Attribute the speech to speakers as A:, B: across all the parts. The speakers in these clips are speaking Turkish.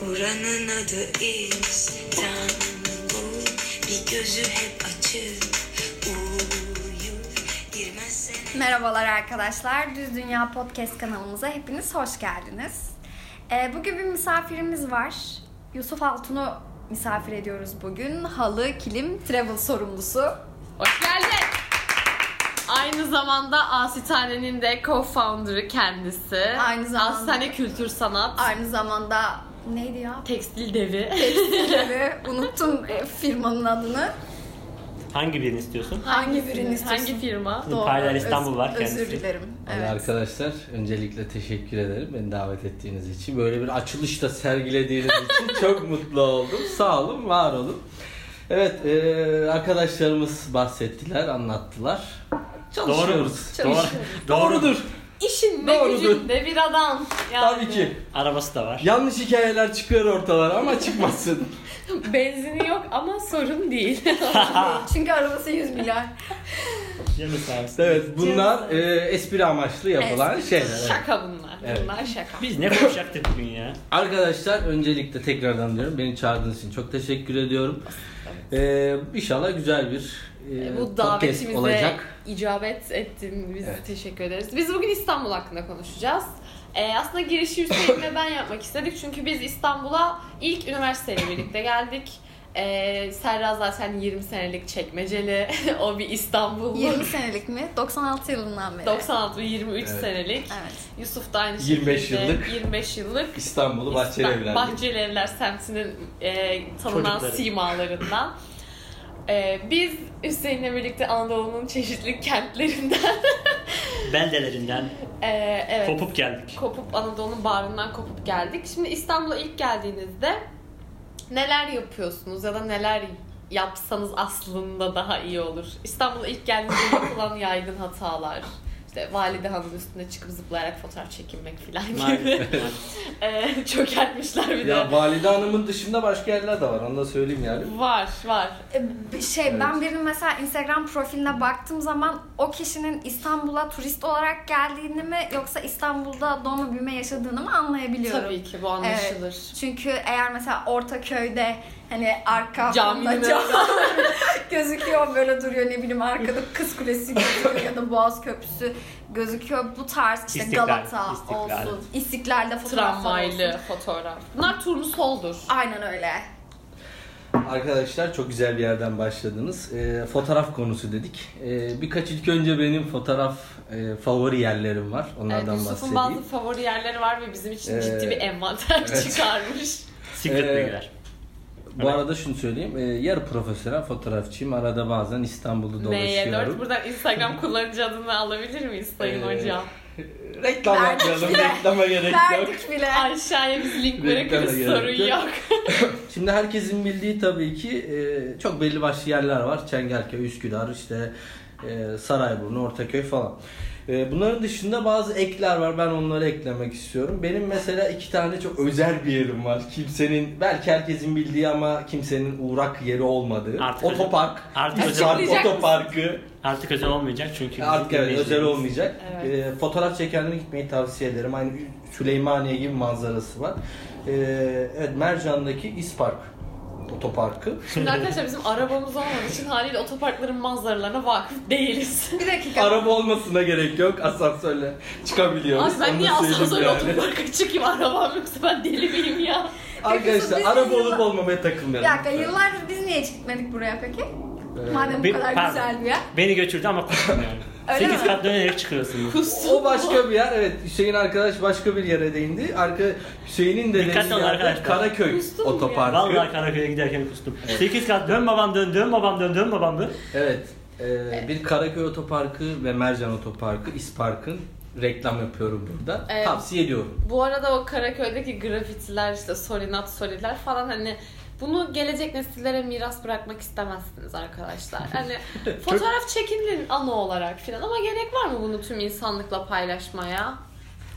A: Buranın adı İstanbul Bir gözü hep açık Uyur Girmezsen
B: Merhabalar arkadaşlar. Düz Dünya Podcast kanalımıza hepiniz hoş geldiniz. Ee, Bugün bir misafirimiz var. Yusuf Altun'u misafir ediyoruz bugün. Halı, kilim, travel sorumlusu.
C: Hoş geldin. Aynı zamanda Asitane'nin de co-founder'ı kendisi.
B: Aynı zamanda-
C: Asitane Kültür Sanat.
B: Aynı zamanda neydi ya?
C: Tekstil devi.
B: Tabii, Unuttum e, firmanın adını.
D: Hangi birini istiyorsun?
B: Hangi birini istiyorsun?
C: Hangi firma?
D: Paralel İstanbul var kendisi.
B: Özür dilerim.
E: Yani
B: Evet.
E: Arkadaşlar öncelikle teşekkür ederim beni davet ettiğiniz için. Böyle bir açılışta sergilediğiniz için çok mutlu oldum. Sağ olun, var olun. Evet, e, arkadaşlarımız bahsettiler, anlattılar. Çalışıyoruz.
D: Doğru.
E: Doğrudur.
C: İşinde
E: Doğrudur.
C: gücünde bir adam. Yani.
E: Tabii ki.
D: Arabası da var.
E: Yanlış hikayeler çıkıyor ortalara ama çıkmasın.
C: Benzini yok ama sorun değil.
B: Çünkü arabası 100 milyar.
D: Yanı servisi.
E: evet, bunlar e, espri amaçlı yapılan şeyler. evet.
C: şaka bunlar.
E: Evet.
C: Bunlar şaka.
D: Biz ne konuşacaktık bugün ya?
E: Arkadaşlar öncelikle tekrardan diyorum beni çağırdığınız için çok teşekkür ediyorum. Ee, inşallah güzel bir e,
C: Bu
E: podcast
C: davetimize
E: olacak.
C: icabet ettin. Biz
E: Evet.
C: teşekkür ederiz. Biz bugün İstanbul hakkında konuşacağız. Ee, aslında girişi Hüseyin ve ben yapmak istedik. Çünkü biz İstanbul'a ilk üniversiteyle birlikte geldik. Ee, Serra zaten 20 senelik çekmeceli. o bir İstanbullu.
B: 20 senelik mi? 96 yılından beri.
C: 96 ve 23
E: Evet.
C: senelik.
B: Evet.
C: Yusuf da aynı
E: 25
C: şekilde.
E: yıllık.
C: 25 yıllık.
E: İstanbul'u Bahçeli
C: İstan-
E: Evler'de.
C: Bahçeli Evler semtinin e, tanınan
D: Çocukları.
C: simalarından. E, biz Hüseyin'le birlikte Anadolu'nun çeşitli kentlerinden
D: Beldelerinden
C: e, evet, kopup.
D: kopup geldik.
C: Anadolu'nun bağrından kopup geldik. Şimdi İstanbul'a ilk geldiğinizde neler yapıyorsunuz ya da neler yapsanız aslında daha iyi olur. İstanbul'a ilk geldiğinizde yapılan yaygın hatalar. İşte valide hanımın üstüne çıkıp zıplayarak fotoğraf çekinmek falan gibi.
D: Maalesef.
C: e, çökertmişler bir de.
E: Ya Valide Hanım'ın dışında başka yerler de var onu da söyleyeyim yani.
C: Var var.
B: E, Şey
E: Evet.
B: ben birinin mesela Instagram profiline baktığım zaman o kişinin İstanbul'a turist olarak geldiğini mi yoksa İstanbul'da doğma büyüme yaşadığını mı anlayabiliyorum.
C: Tabii ki bu anlaşılır.
B: Çünkü eğer mesela Ortaköy'de hani arka
C: Caminin
B: camda
C: önünde.
B: cam gözüküyor böyle duruyor ne bileyim arkada Kız Kulesi gözüküyor ya da Boğaz Köprüsü gözüküyor. Bu tarz işte
D: İstiklal,
B: Galata
D: İstiklal.
B: olsun, İstiklal'de fotoğraflar olsun.
C: Tramvaylı fotoğraf. Bunlar turnusoldur.
B: Aynen öyle.
E: Arkadaşlar çok güzel bir yerden başladınız. Ee, fotoğraf konusu dedik. Ee, birkaç ilk önce benim fotoğraf e, favori yerlerim var.
C: Evet,
E: Onlardan
C: Yusuf'un
E: bahsedeyim.
C: bazı favori yerleri var ve bizim için
E: Ee,
C: ciddi bir envanter
E: evet.
C: çıkarmış.
D: Secret
E: Ee,
D: bilgiler.
E: Bu arada şunu söyleyeyim. E, yarı profesyonel fotoğrafçıyım. Arada bazen İstanbul'da
C: MY4
E: dolaşıyorum.
C: buradan Instagram kullanıcı adını alabilir miyiz Sayın
E: Ee,
C: Hocam?
E: Reklam
B: Verdik
E: yapmayalım.
B: bile.
E: Reklama gerek yok.
B: Verdik bile.
C: Aşağıya biz link bırakırız
E: Reklama gerek
C: sorun
E: yok.
C: yok.
E: Şimdi herkesin bildiği tabii ki e, çok belli başlı yerler var. Çengelköy, Üsküdar, işte e, Sarayburnu, Ortaköy falan. E, bunların dışında bazı ekler var. Ben onları eklemek istiyorum. Benim mesela iki tane çok özel bir yerim var. Kimsenin, belki herkesin bildiği ama kimsenin uğrak yeri olmadığı.
D: Artık özel-
E: otopark.
D: artık özel
E: Park-
C: olmayacak.
E: Otoparkı.
D: Artık özel olmayacak çünkü. bizim
E: Artık evet,
D: dinleyicilerimiz-
E: özel olmayacak.
C: Evet.
E: E, fotoğraf çekenlere gitmeyi tavsiye ederim. Aynı Süleymaniye gibi manzarası var. E, evet Mercan'daki İspark otoparkı.
C: Şimdi arkadaşlar bizim arabamız olmadığı için haliyle otoparkların manzaralarına vakıf değiliz.
B: Bir dakika.
E: Araba olmasına gerek yok. Asansörle çıkabiliyoruz.
C: Abi ben
E: Onu
C: niye
E: da söyleyeyim
C: asansörle
E: yani.
C: otoparka çıkayım arabam yoksa ben deli miyim ya?
E: Arkadaşlar
B: Biz-
E: araba olup olmamaya takılmayalım.
B: Bir dakika
E: lütfen.
B: yıllardır biz niye hiç gitmedik buraya peki?
E: Ee,
B: Madem bu
D: bir-
B: kadar
D: pardon.
B: güzel bir yer.
D: Beni götürdü ama kusmuyorum.
B: Öyle
D: 8
B: mi?
D: kat dönerek çıkıyorsunuz.
C: Kustum.
E: O başka bir yer. Evet Hüseyin arkadaş başka bir yere değindi. Arka Hüseyin'in de
D: Dikkat
E: dediği
D: olun
E: yerde
D: arkadaşlar.
E: Karaköy
C: Kustum ya.
E: otoparkı.
D: Vallahi Karaköy'e giderken kustum. 8 kat dön babam dön, dön babam dön, dön babam dön.
E: Evet. e, bir Karaköy otoparkı ve Mercan otoparkı İspark'ın reklam yapıyorum burada.
C: Evet.
E: Tavsiye ediyorum.
C: Bu arada o Karaköy'deki grafitiler işte solinat soliler falan hani bunu gelecek nesillere miras bırakmak istemezsiniz arkadaşlar. Hani fotoğraf çekinin anı olarak filan ama gerek var mı bunu tüm insanlıkla paylaşmaya?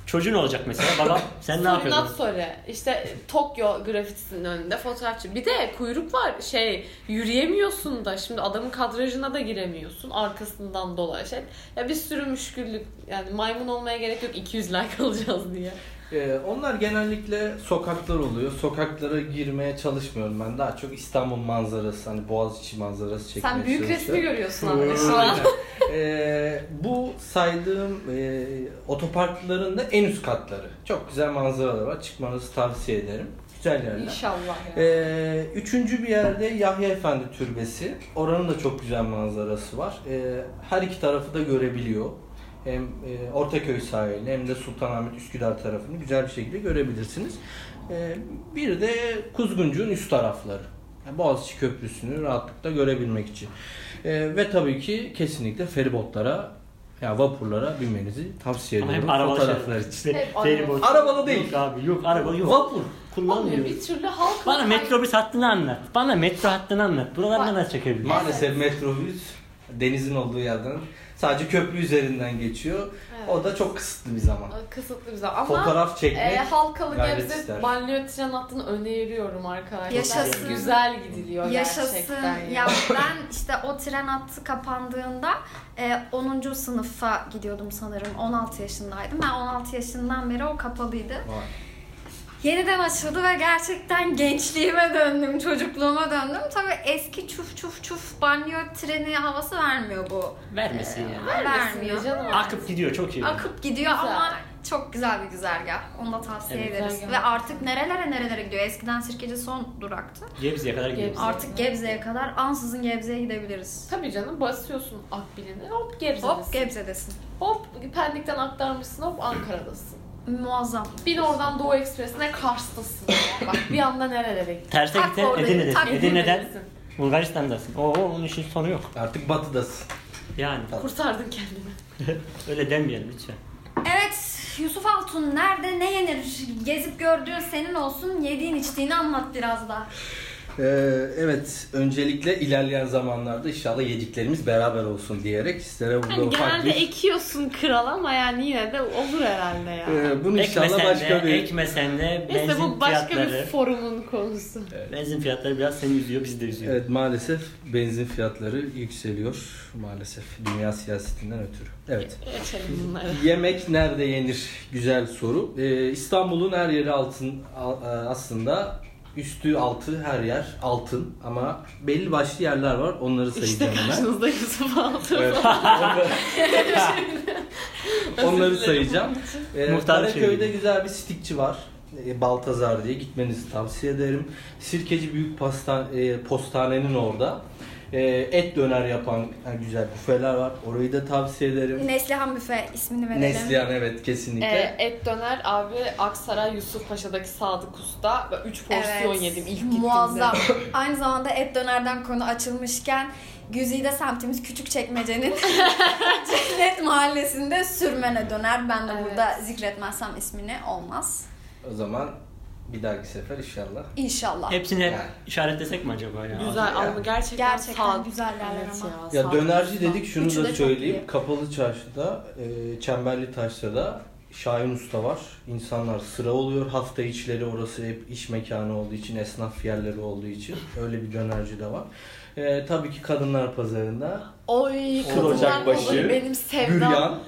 D: Çocuğun olacak mesela. Babam sen ne
C: Solinat
D: yapıyorsun?
C: soli işte Tokyo grafitisinin önünde fotoğrafçı. Bir de kuyruk var şey yürüyemiyorsun da şimdi adamın kadrajına da giremiyorsun arkasından dolaş et. Ya bir sürü müşküllük yani maymun olmaya gerek yok 200 like alacağız diye.
E: Ee, onlar genellikle sokaklar oluyor. Sokaklara girmeye çalışmıyorum ben. Daha çok İstanbul manzarası, hani Boğaziçi manzarası çekmeye
C: Sen büyük resmi
E: çalışıyorum.
C: görüyorsun abi şu an.
E: Ee, bu saydığım e, otoparkların da en üst katları. Çok güzel manzaralar var. Çıkmanızı tavsiye ederim. Güzel yerler.
C: İnşallah ya.
E: Ee, üçüncü bir yerde Yahya Efendi Türbesi. Oranın da çok güzel manzarası var. Ee, her iki tarafı da görebiliyor. Hem e, Ortaköy sahilini hem de Sultanahmet Üsküdar tarafını güzel bir şekilde görebilirsiniz. Ee, bir de Kuzguncu'nun üst tarafları. Yani Boğaziçi Köprüsü'nü rahatlıkla görebilmek için. Ee, ve tabii ki kesinlikle feribotlara yani vapurlara binmenizi tavsiye
D: Ama
E: ediyorum.
D: hep arabalı
E: Fotoğraflar
D: şeyler.
E: için.
D: İşte
C: Hep
D: feribot.
E: Arabalı değil.
D: Yok abi yok araba yok.
E: Vapur.
C: Olmuyor
D: Kullanmıyor.
C: bir türlü halkın...
D: Bana metrobüs hattını anlat. Bana metro hattını anlat. Buralar
C: Bak.
D: neden çekebilir?
E: Maalesef metrobüs denizin olduğu yerden sadece köprü üzerinden geçiyor.
C: Evet.
E: O da çok kısıtlı bir zaman.
C: Kısıtlı bize ama...
E: Fotoğraf çekmek.
C: E, halkalı
E: gayret
C: Gebze
E: ister.
C: banliyö tren hattını öneriyorum arkadaşlar.
B: Yaşasın.
C: Güzel gidiliyor
B: Yaşasın.
C: gerçekten. ya.
B: Ya ben işte o tren hattı kapandığında e, 10. sınıfa gidiyordum sanırım. 16 yaşındaydım. Ben 16 yaşından beri o kapalıydı.
E: Vay.
B: Yeniden açıldı ve gerçekten gençliğime döndüm, çocukluğuma döndüm. Tabii eski çuf çuf çuf banyo treni havası vermiyor bu.
D: Vermesin yani.
B: Vermiyor.
C: Canım.
D: Akıp gidiyor çok iyi.
B: Akıp gidiyor
C: Güzel.
B: ama çok güzel bir güzergah. Onu da tavsiye
D: Evet.
B: ederiz.
C: Güzergah.
B: Ve artık nerelere nerelere gidiyor. Eskiden Sirkeci son duraktı.
D: Gebze'ye kadar gidiyor.
C: Gebze.
B: Artık Gebze'ye kadar ansızın Gebze'ye gidebiliriz.
C: Tabii canım basıyorsun Akbil'ini hop Gebze'desin.
B: Hop
C: Hop,
B: Gebze'desin.
C: Pendik'ten aktarmışsın hop Ankara'dasın.
B: Muazzam.
C: Bin oradan Doğu Ekspresi'ne Kars'tasın. ya. Bak bir anda nerelere gittin.
D: Terse
B: Tak
D: gitsen
B: oradayım, tak
D: Edirne'desin. Edirne'den
C: Edirne'desin.
D: Bulgaristan'dasın. Oo onun işin sonu yok.
E: Artık batıdasın.
D: Yani
C: Kurtardın kendini.
D: öyle demeyelim lütfen.
B: Evet Yusuf Altun nerede ne yenir? Gezip gördüğün senin olsun. Yediğin içtiğini anlat biraz daha.
E: Ee, evet, öncelikle ilerleyen zamanlarda inşallah yediklerimiz beraber olsun diyerek sizlere burada
C: Yani
E: ufak
C: Hani genelde
E: bir...
C: ekiyorsun kral ama yani yine de olur herhalde ya.
E: Ee, bunu inşallah
D: Ekmesen de,
E: başka bir...
D: ekmesen de benzin
C: Neyse bu başka
D: fiyatları.
C: bir forumun konusu.
D: Benzin fiyatları biraz seni üzüyor, bizi de üzüyor.
E: Evet maalesef benzin fiyatları yükseliyor maalesef dünya siyasetinden ötürü. Evet.
C: Geçelim bunları.
E: Yemek nerede yenir? Güzel soru. Ee, İstanbul'un her yeri altın al- e, aslında üstü altı her yer altın ama belli başlı yerler var onları
C: İşte
E: sayacağım ben.
C: karşınızda Yusuf Altun.
E: Evet. onları sayacağım. Ee,
D: Muhtar
E: Karaköy'de
D: çeviriyor.
E: güzel bir stikçi var. Ee, Baltazar diye gitmenizi tavsiye ederim. Sirkeci Büyük Pastan, e, Postane'nin orada. Ee, et döner yapan e, güzel büfeler var. Orayı da tavsiye ederim.
B: Neslihan Büfe ismini verelim.
E: Neslihan evet kesinlikle.
C: Ee, et döner abi Aksaray Yusuf Paşa'daki Sadık Usta. 3 porsiyon yedim ilk gittiğimde.
B: Muazzam. Aynı zamanda et dönerden konu açılmışken Güzide semtimiz Küçükçekmece'nin Cennet Mahallesi'nde sürmene döner. Ben de
C: Evet.
B: burada zikretmezsem ismini olmaz.
E: O zaman bir dahaki sefer inşallah.
B: İnşallah.
D: Hepsini
E: Yani.
D: işaretlesek mi acaba ya?
C: Güzel
E: Ya.
C: ama gerçekten,
B: Gerçekten
C: Sadık.
B: güzeller ama.
E: Ya
C: Sadık
E: dönerci
C: Usta.
E: dedik şunu
B: Üçü de
E: da
B: çok
E: söyleyeyim.
B: iyi.
E: Kapalı Çarşı'da, e, Çemberli Taş'ta da Şahin Usta var. İnsanlar sıra oluyor. Hafta içleri orası hep iş mekanı olduğu için, esnaf yerleri olduğu için. Öyle bir dönerci de var. E, tabii ki Kadınlar Pazarı'nda
C: Oy
E: Kır
C: kadınlar
E: Ocakbaşı,
C: pazarı benim sevdam.
E: Büryan,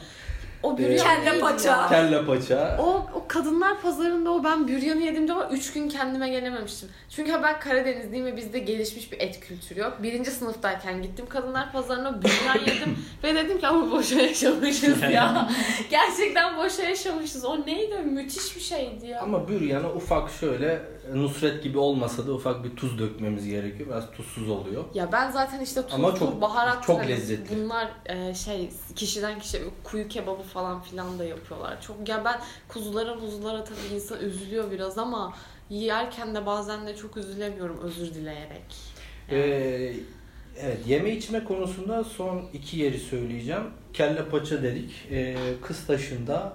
C: O
E: Ee,
C: büryan.
B: Kelle
C: neydi
B: paça.
C: ya?
E: Kelle Paça.
C: O, o kadınlar pazarında o ben büryanı yediğimde var 3 gün kendime gelememiştim. Çünkü ben Karadenizliyim ve bizde gelişmiş bir et kültürü yok. Birinci sınıftayken gittim kadınlar pazarına büryan yedim ve dedim ki ama boşa yaşamışız ya. Gerçekten boşa yaşamışız. O neydi? Müthiş bir şeydi ya.
E: Ama büryana ufak şöyle e, Nusret gibi olmasa da ufak bir tuz dökmemiz gerekiyor. Biraz tuzsuz oluyor.
C: Ya ben zaten işte tuzlu,
E: Ama çok-
C: baharat
E: çok
C: hani
E: lezzetli.
C: Bunlar e, şey kişiden kişiye kuyu kebabı falan filan da yapıyorlar. Çok ya ben kuzulara muzulara tabii insan üzülüyor biraz ama yerken de bazen de çok üzülemiyorum özür dileyerek. Yani.
E: Ee, evet yeme içme konusunda son iki yeri söyleyeceğim. Kelle paça dedik. Ee, Kıstaş'ında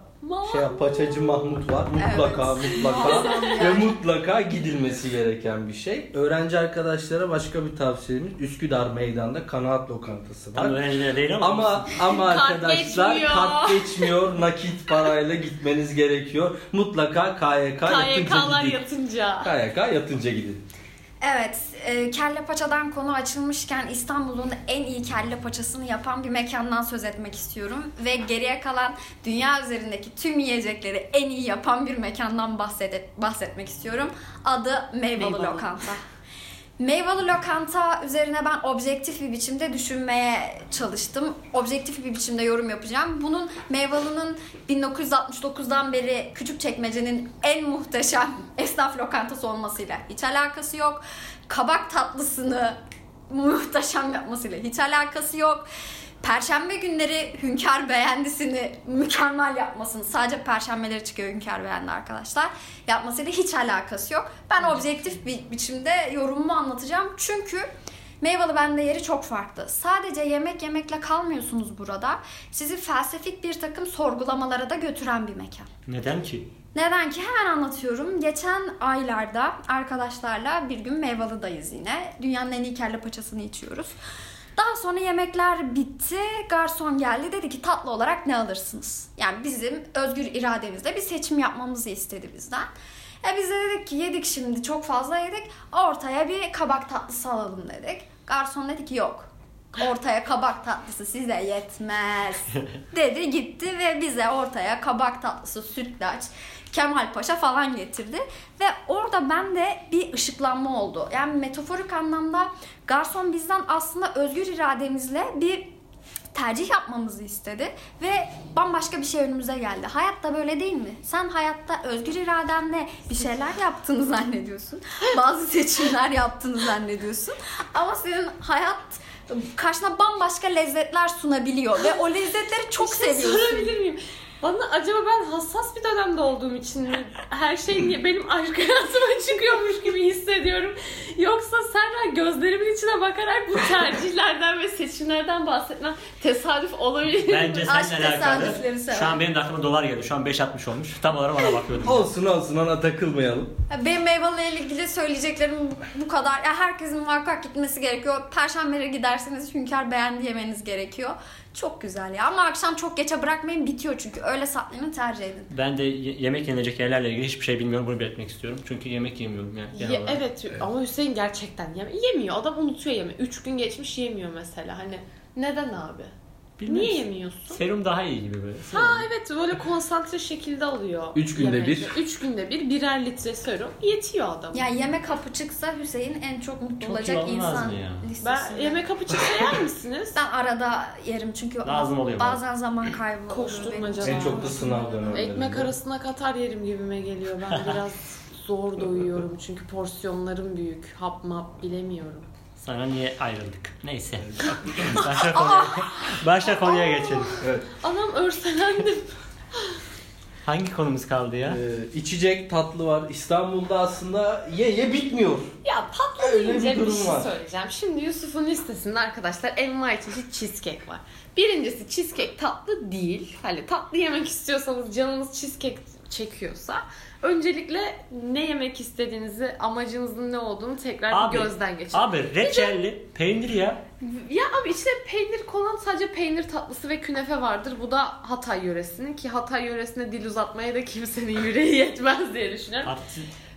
E: şey
C: Ma-
E: paçacı Mahmut var. Mutlaka mutlaka ve mutlaka gidilmesi gereken bir şey. Öğrenci arkadaşlara başka bir tavsiyemiz Üsküdar Meydan'da kanaat lokantası var.
D: Tam öğrencilere değil ama.
E: Ama ama
C: Kart
E: arkadaşlar
C: geçmiyor.
E: kart geçmiyor. Nakit parayla gitmeniz gerekiyor. Mutlaka KYK, yatınca
C: KYK'lar
E: gidin.
C: yatınca.
E: KYK yatınca gidin.
B: Evet, e, kelle paçadan konu açılmışken İstanbul'un en iyi kelle paçasını yapan bir mekandan söz etmek istiyorum. Ve geriye kalan dünya üzerindeki tüm yiyecekleri en iyi yapan bir mekandan bahsede- bahsetmek istiyorum. Adı Meyvalı
C: Meyvalı.
B: Lokanta. Meyvalı lokanta üzerine ben objektif bir biçimde düşünmeye çalıştım. Objektif bir biçimde yorum yapacağım. Bunun meyvalının 1969'dan beri Küçükçekmece'nin en muhteşem esnaf lokantası olmasıyla hiç alakası yok. Kabak tatlısını muhteşem yapmasıyla hiç alakası yok. Perşembe günleri Hünkar Beğendisini mükemmel yapmasını sadece perşembeleri çıkıyor Hünkar Beğendi arkadaşlar. Yapmasıyla hiç alakası yok. Ben objektif bir biçimde yorumumu anlatacağım. Çünkü Meyvalı Bende yeri çok farklı. Sadece yemek yemekle kalmıyorsunuz burada. Sizi felsefik bir takım sorgulamalara da götüren bir mekan.
D: Neden ki?
B: Neden ki hemen anlatıyorum. Geçen aylarda arkadaşlarla bir gün Meyvalı'dayız yine. Dünyanın en iyi kelle paçasını içiyoruz. Daha sonra yemekler bitti. Garson geldi dedi ki tatlı olarak ne alırsınız? Yani bizim özgür irademizle bir seçim yapmamızı istedi bizden. E biz de dedik ki yedik şimdi çok fazla yedik. Ortaya bir kabak tatlısı alalım dedik. Garson dedi ki yok. Ortaya kabak tatlısı size yetmez dedi gitti ve bize ortaya kabak tatlısı, sütlaç, Kemal Paşa falan getirdi. Ve orada bende bir ışıklanma oldu. Yani metaforik anlamda garson bizden aslında özgür irademizle bir tercih yapmamızı istedi ve bambaşka bir şey önümüze geldi. Hayatta böyle değil mi? Sen hayatta özgür iradenle bir şeyler yaptığını zannediyorsun. Bazı seçimler yaptığını zannediyorsun. Ama senin hayat karşına bambaşka lezzetler sunabiliyor ve o lezzetleri çok
C: Bir şey
B: seviyorsun.
C: sorabilir miyim? Bana acaba ben hassas bir dönemde olduğum için mi her şey niye benim aşk hayatıma çıkıyormuş gibi hissediyorum. Yoksa Serra gözlerimin içine bakarak bu tercihlerden ve seçimlerden bahsetmen tesadüf olabilir mi?
D: Bence
B: Aşk
D: seninle alakalı.
B: tesadüfleri sever.
D: Şu an benim de aklıma dolar geldi. Şu an 5.60 olmuş. Tam olarak ona bakıyordum.
E: Olsun olsun ona takılmayalım.
B: Benim meyvelerle ilgili söyleyeceklerim bu- bu kadar. Ya herkesin muhakkak gitmesi gerekiyor. Perşembeleri giderseniz hünkar beğendi yemeniz gerekiyor. Çok güzel ya. Ama akşam çok geçe bırakmayın bitiyor çünkü. Öyle saplayın tercih edin.
D: Ben de ye- yemek yenilecek yerlerle ilgili hiçbir şey bilmiyorum. Bunu belirtmek istiyorum. Çünkü yemek yemiyorum yani. genel
C: Ye-
D: olarak.
C: evet ama Hüseyin gerçekten yeme- yemiyor. Adam unutuyor yeme. Üç gün geçmiş yemiyor mesela. Hani neden abi?
D: Bilmem.
C: Niye yemiyorsun?
D: Serum daha iyi gibi böyle. Serum.
C: Ha evet böyle konsantre şekilde alıyor.
E: Üç günde
C: yemek.
E: bir.
C: Üç günde bir birer litre serum yetiyor adama.
B: Ya yemek hapı çıksa Hüseyin en çok mutlu
D: Çok
B: olacak
D: iyi olmaz
B: insan
D: mı ya?
B: listesinde.
C: ben yemek kapı çıksa yer misiniz?
B: Ben arada yerim çünkü
D: Lazım oluyor
B: bazen zaman kaybı oluyor
C: Koşturmaca
B: benim.
E: En çok da sınav dönemlerinde.
C: Ekmek arasına katar yerim gibime geliyor. Ben biraz zor doyuyorum çünkü porsiyonlarım büyük. Hap map bilemiyorum.
D: Sana niye ayrıldık? Neyse. Başka konuya, başka konuya geçelim.
E: Evet.
C: Anam örselendim.
D: Hangi konumuz kaldı ya?
E: Ee, içecek tatlı var. İstanbul'da aslında ye ye bitmiyor.
C: ya patlı
E: Öyle bir
C: deyince bir,
E: durum
C: şey
E: var.
C: söyleyeceğim. Şimdi Yusuf'un listesinde arkadaşlar envai çeşit cheesecake var. Birincisi cheesecake tatlı değil. Hani tatlı yemek istiyorsanız canınız cheesecake çekiyorsa öncelikle ne yemek istediğinizi, amacınızın ne olduğunu tekrar
D: Abi,
C: bir gözden geçirin.
D: Abi reçelli peynir ya.
C: Ya abi işte peynir konan sadece peynir tatlısı ve künefe vardır. Bu da Hatay yöresinin ki Hatay yöresine dil uzatmaya da kimsenin yüreği yetmez diye düşünüyorum.
D: Artık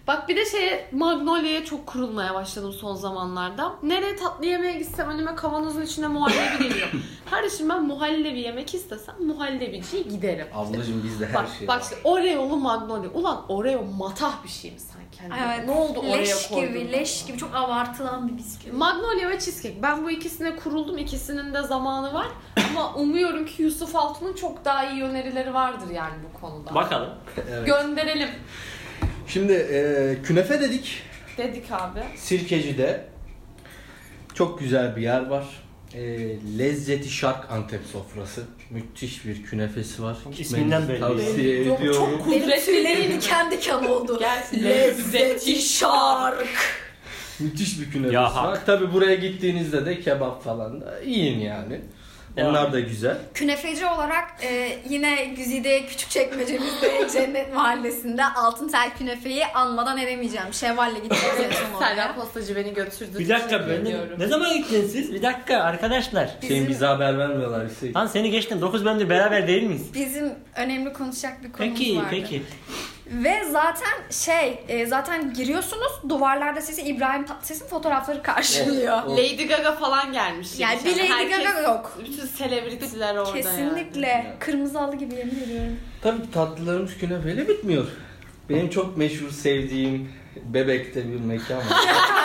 C: Bak bir de şeye Magnolia'ya çok kurulmaya başladım son zamanlarda. Nereye tatlı yemeğe gitsem önüme kavanozun içinde muhallebi geliyor. Kardeşim ben muhallebi yemek istesem muhallebiciye giderim.
E: Ablacım bizde her
C: Bak,
E: şey
C: bak
E: var.
C: işte Oreo'lu Magnolia. Ulan Oreo matah bir şey mi sanki? Hani
B: Evet.
C: Ne oldu Oreo
B: Leş
C: koydun?
B: gibi, leş gibi çok abartılan bir bisküvi.
C: Magnolia ve Cheesecake. Ben bu ikisine kuruldum. İkisinin de zamanı var. Ama umuyorum ki Yusuf Altun'un çok daha iyi önerileri vardır yani bu konuda.
D: bakalım.
E: Evet.
C: Gönderelim
E: Şimdi e, künefe dedik.
C: dedik abi.
E: Sirkeci'de çok güzel bir yer var. E, Lezzeti Şark Antep sofrası. Müthiş bir künefesi var.
D: İsminden
E: Gitmenizi
D: belli.
E: Tavsiye
C: Yok,
E: ediyorum.
C: çok
B: Benim tüylerim
C: kudretli.
B: diken diken oldu.
C: Gerçi
B: Lezzeti
C: lezzeti
B: şark.
E: Müthiş bir künefesi
D: Ya hak.
E: var. Tabi buraya gittiğinizde de kebap falan da yiyin yani.
D: Ya.
E: Onlar da güzel.
B: Künefeci olarak e, yine Güzide Küçükçekmece'mizde Cennet Mahallesi'nde altın tel künefeyi anmadan edemeyeceğim. Şevval'le gideceğiz en son
C: Serdar
B: oraya.
C: Postacı beni götürdü.
D: Bir dakika
C: Teşekkür
D: ben
C: ediyorum.
D: ne, ne zaman gittiniz siz? Bir dakika arkadaşlar.
E: Şeyin
B: Bizim-
E: bize haber vermiyorlar. Hüseyin.
D: Lan seni geçtim. 9 bölümdür beraber değil miyiz?
B: Bizim önemli konuşacak bir konumuz
D: Peki
B: vardı.
D: peki.
B: Ve zaten şey e, zaten giriyorsunuz duvarlarda sizi İbrahim Tatlıses'in fotoğrafları karşılıyor.
E: O-
C: Lady Gaga falan gelmiş.
B: Yani bir Lady Gaga yok.
C: Bütün selebritiler Şey orada
B: Kesinlikle.
E: yani.
B: Kırmızı halı gibi yemin ediyorum.
E: Tabii tatlılarımız künefeyle bitmiyor. Benim çok meşhur sevdiğim Bebek'te bir mekan var.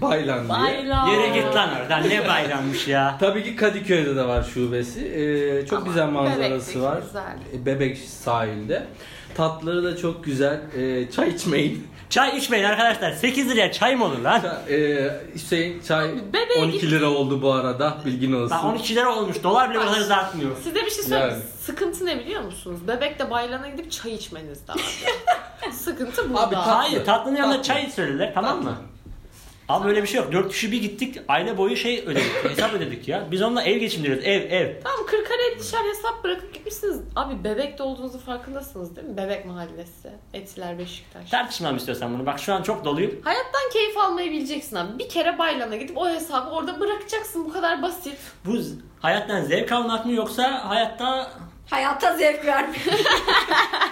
E: Baylan diye.
C: Bayram.
D: Yere git lan oradan ne bayrammış ya.
E: Tabii ki Kadıköy'de de var şubesi. Ee, çok
C: Ama
E: güzel manzarası
C: Bebek'teki
E: var.
C: güzel.
E: Ee, Bebek sahilde. Tatları da çok güzel. Ee, çay içmeyin.
D: Çay içmeyin arkadaşlar. 8 liraya çay mı olur lan?
E: Ça- ee, Hüseyin çay
C: Bebeğe
E: 12 lira oldu bu arada. Bilgin olsun.
D: Lan 12 lira olmuş. Dolar bile bu kadar hızlı artmıyor.
C: Size bir şey söyleyeyim.
E: Yani.
C: Sıkıntı ne biliyor musunuz? Bebekte baylana gidip çay içmeniz lazım. Sıkıntı bu
E: Abi,
C: da.
E: ta-
D: Hayır tatlının yanında
E: Tatlı.
D: çay söylediler tamam mı? Abi öyle bir şey yok. Dört kişi bir gittik aile boyu şey ödedik. hesap ödedik ya. Biz onunla ev geçindiriyoruz. Ev ev.
C: Tamam 40 kare dışarı hesap bırakıp gitmişsiniz. Abi bebekte olduğunuzu farkındasınız değil mi? Bebek mahallesi. Etiler Beşiktaş.
D: Tartışmam istiyorsan bunu. Bak şu an çok doluyum.
C: Hayattan keyif almayı bileceksin abi. Bir kere baylana gidip o hesabı orada bırakacaksın. Bu kadar basit.
D: Bu z- hayattan zevk almak mı yoksa hayatta
B: Hayatta zevk vermiyor.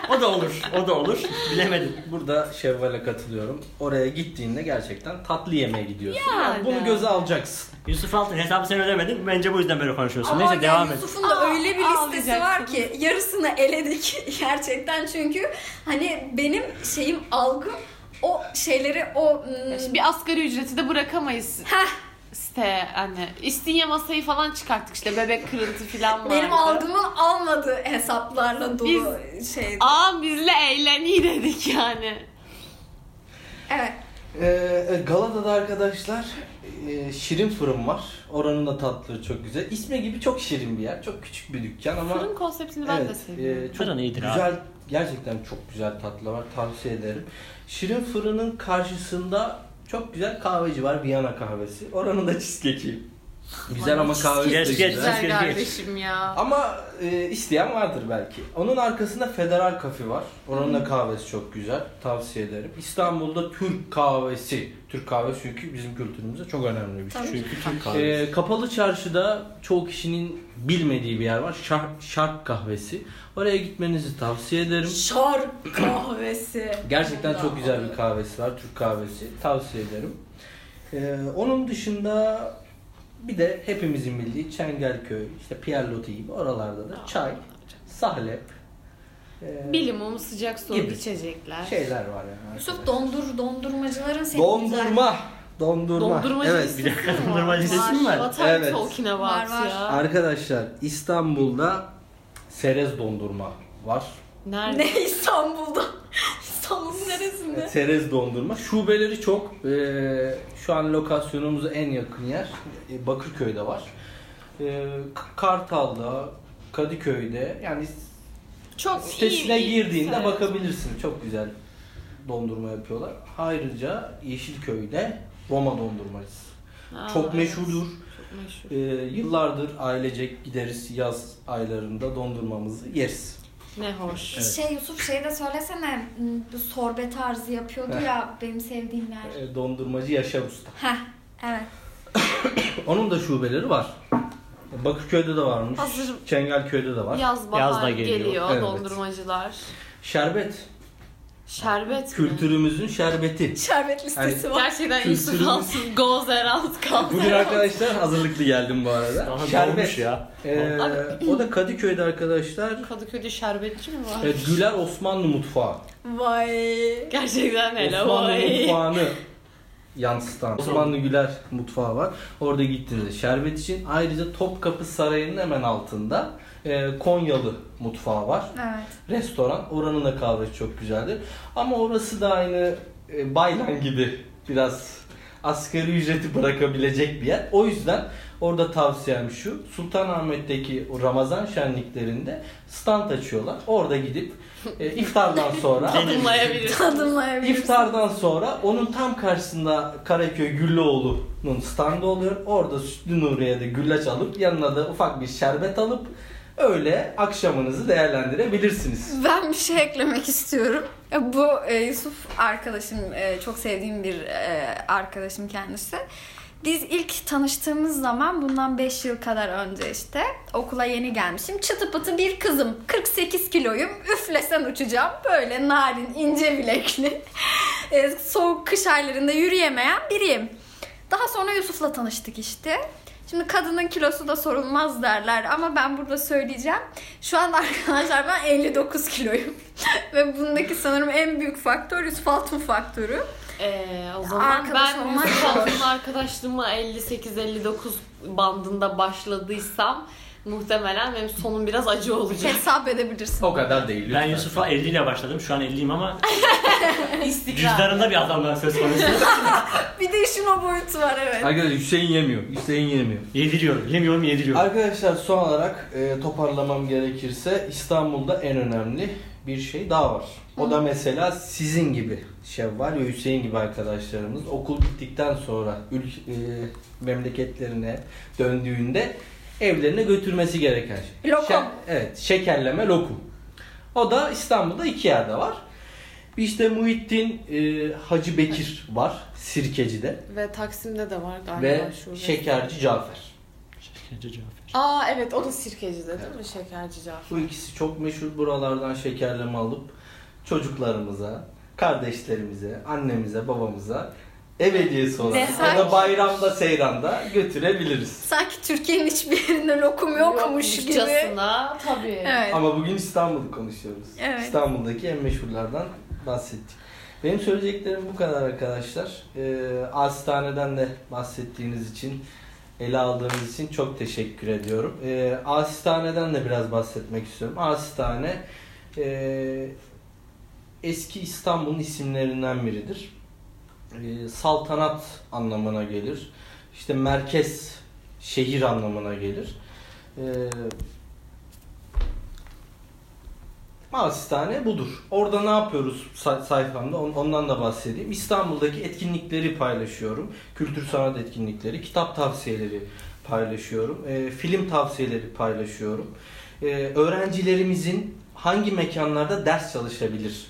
D: o da olur. O da olur. Bilemedim.
E: Burada Şevval'e katılıyorum. Oraya gittiğinde gerçekten tatlı yemeye gidiyorsun.
C: Yani.
E: Bunu göze alacaksın.
D: Yusuf Altın hesabı sen ödemedin. Bence bu yüzden böyle konuşuyorsun.
B: Ama
D: Neyse
B: yani
D: devam et.
B: Yusuf'un da
C: Aa,
B: öyle bir listesi var
C: ağlayacaksınız.
B: ki yarısını eledik gerçekten çünkü hani benim şeyim algım o şeyleri o
C: Ya
B: hmm,
C: şimdi bir asgari ücreti de bırakamayız.
B: Heh.
C: Site hani İstinye masayı falan çıkarttık işte bebek kırıntı falan vardı.
B: benim algımın almadığı hesaplarla dolu şey.
C: Aa bizle eğleni dedik yani.
B: Evet.
E: Ee, Galata'da arkadaşlar e, Şirin Fırın var. Oranın da tatlıları çok güzel. İsmi gibi çok şirin bir yer. Çok küçük bir dükkan ama...
C: Fırın konseptini ben de
E: Evet,
C: seviyorum.
E: e, çok
D: Fırın iyidir abi.
E: güzel, Gerçekten çok güzel tatlılar var. Tavsiye ederim. Şirin Fırın'ın karşısında çok güzel kahveci var. Viyana kahvesi. Oranın da cheesecake'i. Güzel ama kahvesi de
D: cheesecake. Geç,
E: güzel.
D: geç.
C: Güzel kardeşim ya.
E: Ama e, isteyen vardır belki. Onun arkasında Federal Kafe var. Oranın da kahvesi çok güzel. Tavsiye ederim. İstanbul'da Türk kahvesi. Türk kahvesi çünkü bizim kültürümüzde çok önemli bir şey.
D: Çünkü Türk kahvesi.
E: Ee, kapalı çarşıda çoğu kişinin bilmediği bir yer var. Şark, şark kahvesi. Oraya gitmenizi tavsiye ederim.
B: Şar Oh, kahvesi.
E: Gerçekten çok güzel bir kahvesi var. Türk kahvesi. Tavsiye ederim. Ee, onun dışında bir de hepimizin bildiği Çengelköy, işte Pierlotti gibi oralarda da çay, sahlep ee,
C: Bilimum sıcak soğuk
E: Gibi.
C: içecekler.
E: şeyler var yani.
B: Yusuf
E: arkadaşlar.
B: dondur dondurmacıların seni güzel.
E: Dondurma. Dondurma.
C: Dondurmacı
E: Evet.
C: bir dakika
D: dondurmacı sesi mi var?
C: What happened
E: Evet.
C: to Okinawa
B: Var, var.
C: ya?
E: Arkadaşlar İstanbul'da Serez dondurma var.
C: Nerede?
B: Ne İstanbul'da? İstanbul'un neresinde?
E: Serez dondurma. Şubeleri çok. Ee, şu an lokasyonumuza en yakın yer e, Bakırköy'de var. Ee, K- Kartal'da, Kadıköy'de yani
C: Çok
E: sitesine
C: iyi, iyi
E: girdiğinde
C: güzel.
E: bakabilirsin. Çok güzel dondurma yapıyorlar. Ayrıca Yeşilköy'de Roma dondurmacısı.
C: Aa,
E: çok
C: evet.
E: meşhurdur.
C: Çok meşhur.
E: Ee, yıllardır ailecek gideriz yaz aylarında dondurmamızı yeriz.
C: Ne hoş.
E: Evet.
B: Şey Yusuf şey de söylesene m, bu sorbe tarzı yapıyordu
E: Heh.
B: ya benim sevdiğim yer.
E: Ee, dondurmacı Yaşar Usta.
B: Heh evet.
E: Onun da şubeleri var. Bakırköy'de de varmış.
C: Hazır-
E: Çengelköy'de de var.
C: Yaz bahar
D: Yaz da
C: geliyor,
D: geliyor.
E: Evet.
C: dondurmacılar.
E: Şerbet.
C: Şerbet mi?
E: Kültürümüzün şerbeti.
B: Şerbet listesi
E: Hani
B: var.
C: Gerçekten
E: Kültürün-
C: Yusuf Alsın Goz Eralt kaldı.
E: Bugün arkadaşlar hazırlıklı geldim bu arada.
D: Daha dolmuş
E: şerbet.
D: ya.
E: Ee, o da Kadıköy'de arkadaşlar.
C: Kadıköy'de şerbetçi mi var?
E: Evet, Güler Osmanlı Mutfağı.
B: Vay.
C: Gerçekten hele
E: Osmanlı
C: vay.
E: mutfağını yansıtan Osmanlı Güler mutfağı var. Orada gittiğinizde şerbet için. Ayrıca Topkapı Sarayı'nın hemen altında e, Konyalı mutfağı var.
B: Evet.
E: Restoran. Oranın da kahvesi çok güzeldir. Ama orası da aynı e, Baylan gibi biraz asgari ücreti bırakabilecek bir yer. O yüzden orada tavsiyem şu. Sultanahmet'teki o Ramazan şenliklerinde stand açıyorlar. Orada gidip e, iftardan sonra
C: Tadımlayabilirsin.
B: Tadımlayabilirsin.
E: İftardan sonra onun tam karşısında Karaköy Güllüoğlu'nun standı oluyor. Orada Sütlü Nuriye'de güllaç alıp yanına da ufak bir şerbet alıp öyle akşamınızı değerlendirebilirsiniz.
B: Ben bir şey eklemek istiyorum. Bu e, Yusuf arkadaşım, e, çok sevdiğim bir e, arkadaşım e, kendisi. Biz ilk tanıştığımız zaman bundan 5 yıl kadar önce işte okula yeni gelmişim. Çıtı pıtı bir kızım. 48 kiloyum. Üflesen uçacağım. Böyle narin, ince bilekli. e, Soğuk kış aylarında yürüyemeyen biriyim. Daha sonra Yusuf'la tanıştık işte. Şimdi kadının kilosu da sorulmaz derler ama ben burada söyleyeceğim. Şu anda arkadaşlar ben 59 kiloyum. Ve bundaki sanırım en büyük faktör Yusuf Altun faktörü.
C: Ee, o zaman
B: Arkadaş
C: ben
B: olmak
C: Yusuf
B: zor.
C: Altın'la arkadaşlığıma 58-59 bandında başladıysam muhtemelen benim sonum biraz acı olacak.
B: Hesap edebilirsin.
E: O kadar değil.
D: Ben
E: lütfen.
D: Yusuf'a 50 ile başladım. Şu an 50'yim ama
C: İstikrar.
D: cüzdanında bir adamdan söz konusu.
B: Bir de işin o boyutu var evet.
E: Arkadaşlar Hüseyin yemiyor. Hüseyin yemiyor.
D: yediriyorum. Yemiyorum yediriyorum.
E: Arkadaşlar son olarak e, toparlamam gerekirse İstanbul'da en önemli bir şey daha var. O da mesela sizin gibi Şevval ve Hüseyin gibi arkadaşlarımız okul bittikten sonra ülke, e, memleketlerine döndüğünde evlerine götürmesi gereken şey.
B: Lokum.
E: evet şekerleme lokum. O da İstanbul'da iki yerde var. İşte Muhittin e, Hacı Bekir var Sirkeci'de
C: Ve Taksim'de de var galiba
E: ve
C: şurada.
E: Şekerci Cafer.
D: Şirketçi Cafer.
C: Aa evet o da sirkecide değil mi? Şekerci Cafer.
E: Bu ikisi çok meşhur buralardan şekerleme alıp çocuklarımıza, kardeşlerimize, annemize, babamıza ev hediyesi olarak
B: Mesaj.
E: ya da bayramda, seyranda götürebiliriz.
B: Sanki Türkiye'nin hiçbir yerinde lokum yokmuş gibi.
C: Yokmuşçasına tabii.
B: Evet.
E: Ama bugün İstanbul'u konuşuyoruz.
B: Evet.
E: İstanbul'daki en meşhurlardan bahsettik. Benim söyleyeceklerim bu kadar arkadaşlar. Ee, Asistaneden de bahsettiğiniz için, ele aldığınız için çok teşekkür ediyorum. Ee, Asistaneden de biraz bahsetmek istiyorum. Asistane e, eski İstanbul'un isimlerinden biridir. Ee, saltanat anlamına gelir. İşte merkez, şehir anlamına gelir. Ee, Asistane budur. Orada ne yapıyoruz say- sayfamda on- ondan da bahsedeyim. İstanbul'daki etkinlikleri paylaşıyorum. Kültür sanat etkinlikleri, kitap tavsiyeleri paylaşıyorum. e, film tavsiyeleri paylaşıyorum. E, öğrencilerimizin hangi mekanlarda ders çalışabilir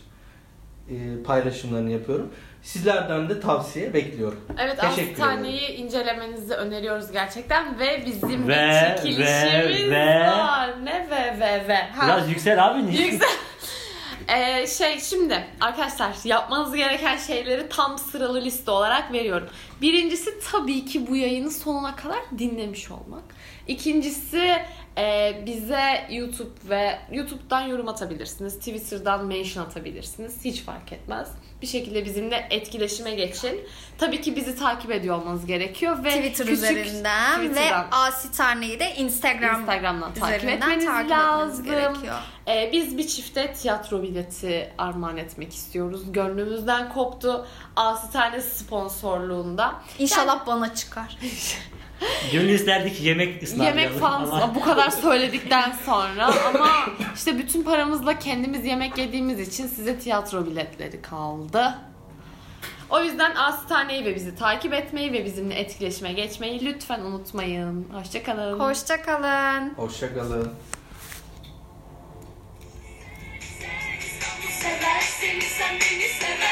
E: e, paylaşımlarını yapıyorum. Sizlerden de tavsiye bekliyorum.
C: Evet
E: Teşekkür
C: hastaneyi incelemenizi öneriyoruz gerçekten ve bizim
D: Ve,
C: bir çekilişimiz
D: ve, ve.
C: var. Ne ve ve ve. Ha.
D: Biraz yüksel abi. niye-
C: Yüksel. Ee, şey şimdi arkadaşlar yapmanız gereken şeyleri tam sıralı liste olarak veriyorum. Birincisi tabii ki bu yayını sonuna kadar dinlemiş olmak. İkincisi e, bize YouTube ve YouTube'dan yorum atabilirsiniz. Twitter'dan mention atabilirsiniz. Hiç fark etmez. Bir şekilde bizimle etkileşime geçin. Tabii ki bizi takip ediyor olmanız gerekiyor ve
B: Twitter
C: küçük
B: üzerinden
C: Twitter'dan.
B: ve Asitane'yi de Instagram,
C: Instagram'dan takip
B: üzerinden
C: etmeniz
B: takip
C: lazım.
B: etmeniz gerekiyor.
C: Ee, biz bir çifte tiyatro bileti armağan etmek istiyoruz. Gönlümüzden koptu. Asitane sponsorluğunda.
B: İnşallah bana çıkar.
D: Gönül isterdi ki yemek ısmarlayalım.
C: yemek falan
D: ama
C: bu kadar söyledikten sonra ama işte bütün paramızla kendimiz yemek yediğimiz için size tiyatro biletleri kaldı. O yüzden Asitane'yi ve bizi takip etmeyi ve bizimle etkileşime geçmeyi lütfen unutmayın. Hoşçakalın.
B: Hoşçakalın.
E: Hoşçakalın.
A: Seversin sen beni sever